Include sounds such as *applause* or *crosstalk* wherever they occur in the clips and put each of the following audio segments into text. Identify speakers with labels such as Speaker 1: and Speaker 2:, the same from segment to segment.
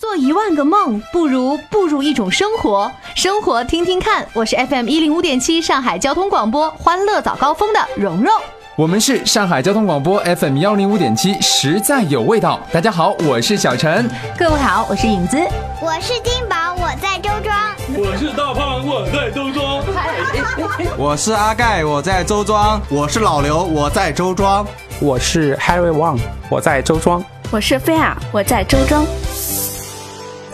Speaker 1: 做一万个梦，不如步入一种生活。生活听听看，我是 FM 一零五点七上海交通广播欢乐早高峰的蓉蓉。
Speaker 2: 我们是上海交通广播 FM 幺零五点七，实在有味道。大家好，我是小陈。
Speaker 1: 各位好，我是影子。
Speaker 3: 我是金宝，我在周庄。
Speaker 4: 我是大胖，我在周庄。
Speaker 5: 我是阿盖，我在周庄；我是老刘，我在周庄。
Speaker 6: 我是 Harry Wang，我在周庄。
Speaker 7: 我是菲儿，哎我在周庄。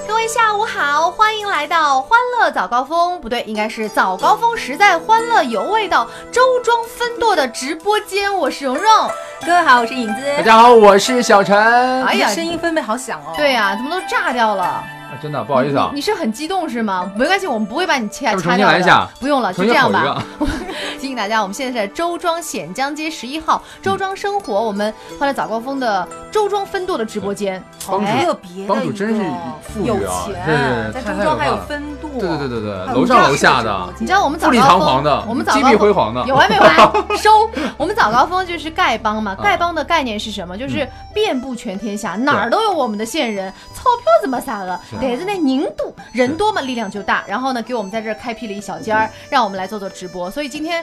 Speaker 1: 各位下午好，欢迎来到欢乐早高峰，不对，应该是早高峰实在欢乐有味道周庄分舵的直播间，我是蓉蓉。
Speaker 7: 各位好，我是影子。
Speaker 2: 大家好，我是小陈。
Speaker 1: 哎呀，
Speaker 7: 声音分贝好响哦。
Speaker 1: 对呀、怎么都炸掉了？
Speaker 2: 啊真的不好意思啊
Speaker 1: 你，是很激动是吗？没关系，我们不会把你掐
Speaker 2: 要不
Speaker 1: 掐
Speaker 2: 重新
Speaker 1: 掉
Speaker 2: 来
Speaker 1: 的。
Speaker 2: 一下
Speaker 1: 不用了，就
Speaker 2: 重新
Speaker 1: 这
Speaker 2: 啊
Speaker 1: 样
Speaker 2: 吼一
Speaker 1: 吧
Speaker 2: 个。。
Speaker 1: *laughs* 提醒大家，我们现在是在周庄显江街十一号周庄生活，我们欢乐早高峰的周庄分舵的直播间。
Speaker 2: 帮主
Speaker 1: 哎
Speaker 7: 特别的一个
Speaker 2: 帮主真是富
Speaker 7: 有
Speaker 2: 裕啊
Speaker 7: 钱，
Speaker 2: 对对对
Speaker 7: 在
Speaker 2: 太
Speaker 7: 周庄还有
Speaker 2: 太有
Speaker 7: 分度。
Speaker 2: 对对对对对，
Speaker 7: 还有
Speaker 2: 楼上
Speaker 7: 这样
Speaker 2: 楼下
Speaker 7: 一个直
Speaker 2: 的
Speaker 7: 播，间
Speaker 1: 你知道我们早
Speaker 2: 富丽
Speaker 1: 高
Speaker 2: 堂
Speaker 1: 峰
Speaker 2: 皇的，
Speaker 1: 我们早
Speaker 2: 金
Speaker 1: 高
Speaker 2: 碧
Speaker 1: 峰
Speaker 2: 辉煌的，
Speaker 1: 有完
Speaker 2: *laughs*
Speaker 1: 没完？收！我们早高峰就是丐帮嘛，
Speaker 2: 嗯
Speaker 1: 丐帮的概念是什么？就是遍布全天下，哪儿都有我们的线人。钞票怎么撒了
Speaker 2: 是？
Speaker 1: 得是那宁度，人多嘛力量就大。然后呢，给我们在这儿开辟了一小
Speaker 2: 嗯
Speaker 1: 间儿，让我们来做做直播。所以今天。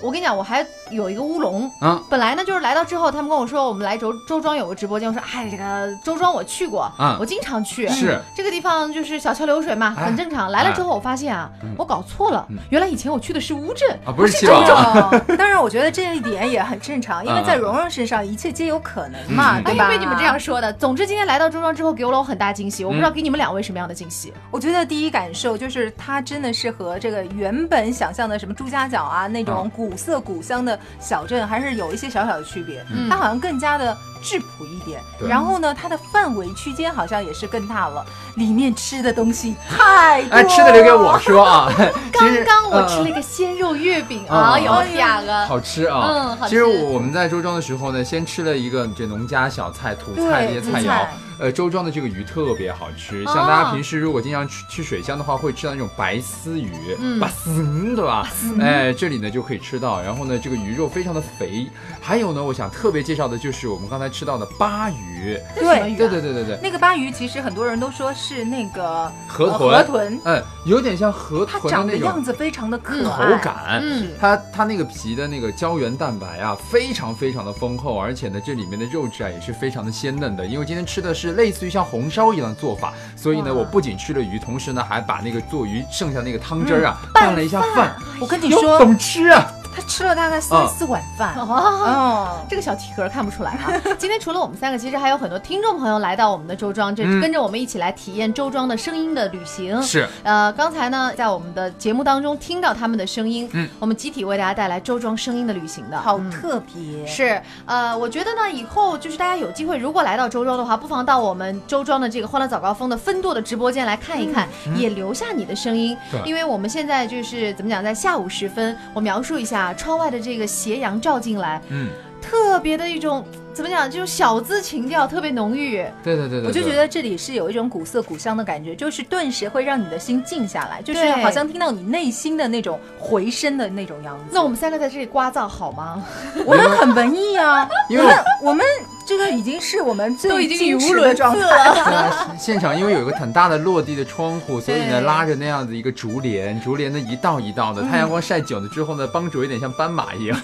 Speaker 1: 我跟你讲，我还有一个乌龙。
Speaker 2: 嗯，
Speaker 1: 本来呢，就是来到之后，他们跟我说我们来周周庄有个直播间，我说哎，这个周庄我去过，
Speaker 2: 嗯
Speaker 1: 我经常去。
Speaker 2: 是
Speaker 1: 这个地方就是小桥流水嘛，
Speaker 2: 哎
Speaker 1: 很正常。来了之后，我发现啊，我搞错了
Speaker 2: 嗯，
Speaker 1: 原来以前我去的是乌镇，
Speaker 2: 啊不是
Speaker 1: 是
Speaker 2: 七
Speaker 1: 周
Speaker 2: 宝
Speaker 1: 庄。 *laughs*
Speaker 7: 哦，当然，我觉得这一点也很正常，因为在
Speaker 2: 嗯嗯
Speaker 7: 蓉蓉身上一切皆有可能嘛，
Speaker 2: 嗯
Speaker 1: 哎
Speaker 7: 对吧？
Speaker 1: 被你们这样，说的。总之，今天来到周庄之后，给了我很大惊喜。我不知道给你们两位什么样的惊喜。
Speaker 2: 嗯
Speaker 7: 我觉得第一感受就是它真的是和这个原本想象的什么朱家角啊那种古色古香的小镇，还是有一些小小的区别。
Speaker 2: 嗯
Speaker 7: 它好像更加的质朴一点，
Speaker 2: 对
Speaker 7: 然后呢，它的范围区间好像也是更大了，里面吃的东西太多。
Speaker 2: 哎，吃的留给我。说啊。其实
Speaker 1: 刚刚我
Speaker 2: 嗯
Speaker 1: 吃了一个鲜肉月饼
Speaker 2: 嗯
Speaker 1: 啊，
Speaker 2: 嗯
Speaker 1: 有假了。
Speaker 2: 好吃啊！
Speaker 1: 嗯好吃
Speaker 2: 其实我们在周庄的时候呢，先吃了一个这农家小菜、土菜这些
Speaker 7: 对
Speaker 2: 菜
Speaker 7: 土
Speaker 2: 肴
Speaker 7: 菜。
Speaker 2: 呃，周庄的这个鱼特别好吃，
Speaker 1: 哦
Speaker 2: 像大家平时如果经常去去水乡的话，会吃到那种白丝鱼，
Speaker 1: 嗯
Speaker 2: 把丝对吧？哎，这里呢就可以吃到。然后呢，这个鱼肉非常的肥。还有呢，我想特别介绍的就是我们刚才吃到的鲅鱼。
Speaker 1: 这是什么鱼啊
Speaker 2: 对对对对对，
Speaker 7: 那个鲅鱼其实很多人都说是那个
Speaker 2: 河豚
Speaker 7: 呃河豚，
Speaker 2: 嗯，有点像河
Speaker 7: 它
Speaker 2: 豚
Speaker 7: 长
Speaker 2: 的
Speaker 7: 得
Speaker 2: 那
Speaker 7: 样
Speaker 2: 种
Speaker 7: 子非常的可
Speaker 2: 口
Speaker 7: 爱，
Speaker 2: 感。
Speaker 1: 嗯，
Speaker 2: 哎它它那个皮的那个胶原蛋白啊，非常非常的丰厚，而且呢，这里面的肉质啊也是非常的鲜嫩的。因为今天吃的是类似于像红烧一样的做法，所以呢，
Speaker 7: 哇
Speaker 2: 我不仅吃了鱼，同时呢还把那个做鱼剩下那个汤汁儿啊、拌了一下饭。
Speaker 7: 我嗯跟你
Speaker 2: 哟，
Speaker 7: 说，
Speaker 2: 懂吃啊！
Speaker 7: 他吃了大概三
Speaker 2: 嗯
Speaker 7: 四碗饭。
Speaker 1: 哦。
Speaker 7: 哦，
Speaker 1: 这个小体格看不出来啊！ *laughs* 今天除了我们三个，其实还有很多听众朋友来到我们的周庄，这
Speaker 2: 嗯
Speaker 1: 跟着我们一起来体验周庄的声音的旅行。
Speaker 7: 嗯
Speaker 2: 是
Speaker 1: 呃，刚才呢，在我们的节目当中听到他们的声音，
Speaker 2: 嗯，
Speaker 1: 我们集体为大家带来周庄声音的旅行的，
Speaker 7: 好
Speaker 1: 嗯
Speaker 7: 特别，
Speaker 1: 是，呃，我觉得呢，以后就是大家有机会，如果来到周庄的话，不妨到我们周庄的这个欢乐早高峰的分舵的直播间来看一看，也留下你的声音，
Speaker 2: 嗯对
Speaker 1: 因为我们现在就是怎么讲，在下午时分，我描述一下窗外的这个斜阳照进来，
Speaker 2: 嗯，
Speaker 1: 特别的一种怎么讲，就是小资情调特别浓郁。
Speaker 2: 对对对对对，
Speaker 7: 我就觉得这里是有一种古色古香的感觉，就是顿时会让你的心静下来，就是
Speaker 1: 对
Speaker 7: 好像听到你内心的那种回声的那种样子。 *laughs*
Speaker 1: 那我们三个在这里聒噪好吗？
Speaker 7: 我们很文艺 *laughs* 啊，
Speaker 2: 因为
Speaker 7: 我
Speaker 2: 我
Speaker 7: 们我们这个已经是我们最
Speaker 1: 都已经
Speaker 7: 矜
Speaker 1: 语
Speaker 7: 持
Speaker 1: 无
Speaker 7: 的
Speaker 1: 伦
Speaker 7: 状
Speaker 1: 次
Speaker 7: 态
Speaker 1: 了
Speaker 2: 对啊现场因为有一个很大的落地的窗户，所以
Speaker 1: 对
Speaker 2: 呢拉着那样子一个竹帘，竹帘呢一道一道
Speaker 7: 嗯
Speaker 2: 的，太阳光晒久了之后呢，帮主有点像斑马一样。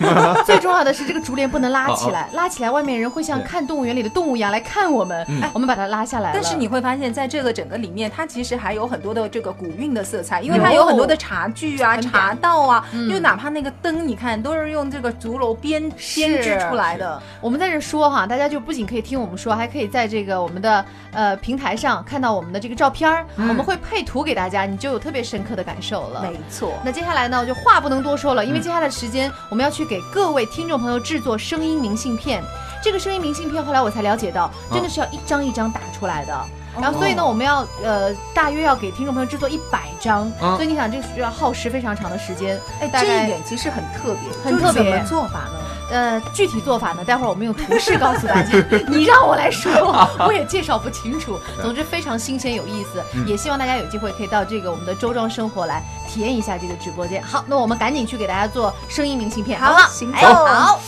Speaker 1: 最重要的是，这个竹帘不能拉起
Speaker 2: 哦
Speaker 1: 来，拉起来外面人会像
Speaker 2: 对
Speaker 1: 看动物园里的动物一样来看我们哎
Speaker 2: 嗯，
Speaker 1: 我们把它拉下来了。
Speaker 7: 但是你会发现，在这个整个里面，它其实还有很多的这个古韵的色彩，因为
Speaker 1: 有
Speaker 7: 它有很多的茶具啊、
Speaker 1: 很嗲
Speaker 7: 茶道啊，
Speaker 1: 嗯
Speaker 7: 就哪怕那个灯，你看都是用这个竹篓编
Speaker 1: 是
Speaker 7: 编织出来的。
Speaker 1: 我们在这说哈，大家就不仅可以听我们说，还可以在这个我们的呃平台上看到我们的这个照片儿，
Speaker 7: 嗯
Speaker 1: 我们会配图给大家，你就有特别深刻的感受了。
Speaker 7: 没错，
Speaker 1: 那接下来呢，我就话不能多说了，因为接下来的时间我们要去给各位听众朋友制作声音明信片。这个声音明信片后来我才了解到，真的是要一张一张打出来的。然后，所以
Speaker 7: 哦
Speaker 1: 呢，我们要呃，大约要给听众朋友制作一百张，
Speaker 2: 嗯
Speaker 1: 所以你想，这个需要耗时非常长的时间。
Speaker 7: 哎，
Speaker 1: 大
Speaker 7: 这
Speaker 1: 概
Speaker 7: 一点其实很特别，
Speaker 1: 很
Speaker 7: 就是
Speaker 1: 特别
Speaker 7: 怎么做法呢？
Speaker 1: 呃，具体做法呢，待会儿我们用图示告诉大家。你让我来说，我也介绍不清楚。总之非常新鲜有意思，
Speaker 2: 嗯
Speaker 1: 也希望大家有机会可以到这个我们的周庄生活来体验一下这个直播间。好，那我们赶紧去给大家做声音明信片，好不好？
Speaker 7: 行
Speaker 1: 哎呦
Speaker 7: 走
Speaker 1: 好。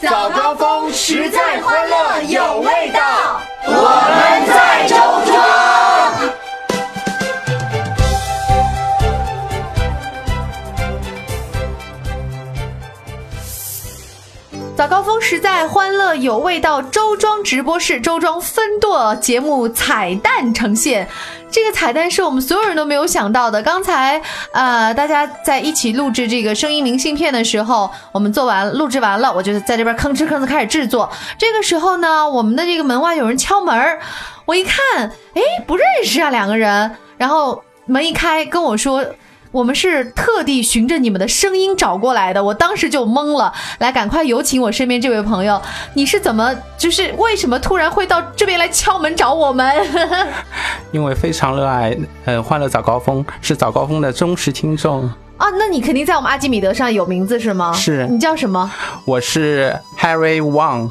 Speaker 2: 早高峰实在欢乐有味道，
Speaker 1: 我们在周庄。时在欢乐有味道周庄直播室周庄分舵节目彩蛋呈现。这个彩蛋是我们所有人都没有想到的。刚才呃，大家在一起录制这个声音明信片的时候，我们做完录制完了，我就在这边吭哧吭哧开始制作。这个时候呢，我们的这个门外有人敲门儿，我一看，哎，不认识啊，两个人。然后门一开，跟我说。我们是特地循着你们的声音找过来的，我当时就懵了。来，赶快有请我身边这位朋友，你是怎么，就是为什么突然会到这边来敲门找我们？
Speaker 6: 因为非常热爱呃《欢乐早高峰》，是早高峰的忠实听众。
Speaker 1: *laughs* 啊，那你肯定在我们阿基米德上有名字是吗？
Speaker 6: 是
Speaker 1: 你叫什么？
Speaker 6: 我是 Harry Wang，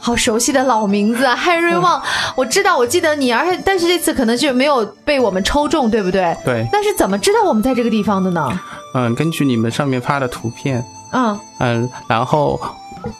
Speaker 1: 好熟悉的老名字啊，Harry Wang，、我知道，我记得你，而且但是这次可能是没有被我们抽中，对不对？
Speaker 6: 对，
Speaker 1: 那是怎么知道我们在这个地方的呢？
Speaker 6: 嗯，根据你们上面发的图片，
Speaker 1: 嗯，
Speaker 6: 嗯，然后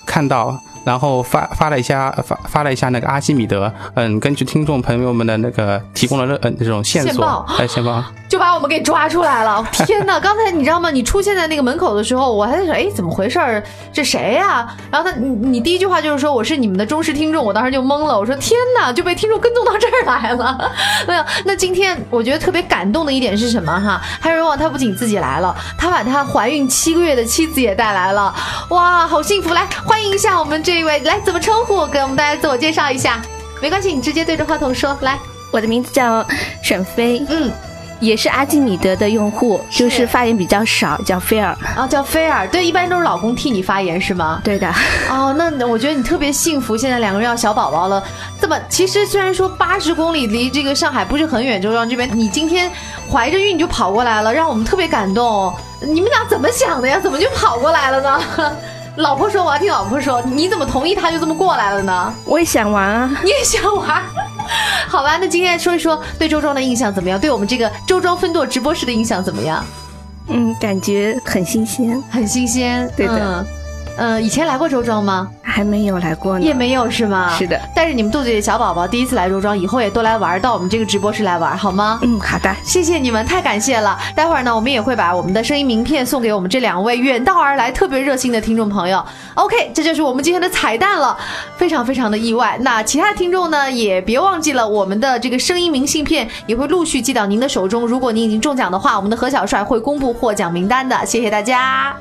Speaker 6: 看到，然后发发了一下发发了一下那个阿基米德，嗯，根据听众朋友们的那个提供的那嗯这种线
Speaker 1: 线
Speaker 6: 索
Speaker 1: 报，
Speaker 6: 哎，线报，
Speaker 1: 就把我们给抓出来了！天哪，刚才你知道吗？你出现在那个门口的时候，我还在想，哎，怎么回事儿？这谁呀、然后他，你你第一句话就是说我是你们的忠实听众，我当时就懵了，我说天哪，就被听众跟踪到这儿来了。 *laughs* 没有，那今天我觉得特别感动的一点是什么哈？海瑞旺他不仅自己来了，他把他怀孕七个月的妻子也带来了，哇，好幸福！来，欢迎一下我们这一位，来怎么称呼？给我们大家自我介绍一下。没关系，你直接对着话筒说，来，
Speaker 8: 我的名字叫沈飞，
Speaker 1: 嗯。
Speaker 8: 也是阿基米德的用户，
Speaker 1: 是
Speaker 8: 就是发言比较少，叫菲尔。
Speaker 1: 啊，叫菲尔，对，一般都是老公替你发言是吗？
Speaker 8: 对的，
Speaker 1: 哦，那我觉得你特别幸福，现在两个人要小宝宝了。这么，其实虽然说八十公里离这个上海不是很远，就让这边你今天怀着孕你就跑过来了，让我们特别感动。你们俩怎么想的呀？怎么就跑过来了呢？ *laughs* 老婆说，我要听老婆说，你怎么同意他就这么过来了呢？
Speaker 8: 我也想玩啊。
Speaker 1: *laughs* 你也想玩？好吧，那今天说一说对周庄的印象怎么样？对我们这个周庄分舵直播室的印象怎么样？
Speaker 8: 嗯，感觉很新鲜，
Speaker 1: 很新鲜，
Speaker 8: 对的
Speaker 1: 嗯呃，以前来过周庄吗？
Speaker 8: 还没有来过呢。
Speaker 1: 也没有是吗？
Speaker 8: 是的。
Speaker 1: 但是你们肚子里的小宝宝第一次来周庄，以后也多来玩儿，到我们这个直播室来玩儿好吗？
Speaker 8: 嗯，好的，
Speaker 1: 谢谢你们，太感谢了。待会儿呢，我们也会把我们的声音名片送给我们这两位远道而来特别热心的听众朋友。OK，这就是我们今天的彩蛋了，非常非常的意外。那其他的听众呢，也别忘记了我们的这个声音明信片也会陆续寄到您的手中。如果您已经中奖的话，我们的何小帅会公布获奖名单的。谢谢大家。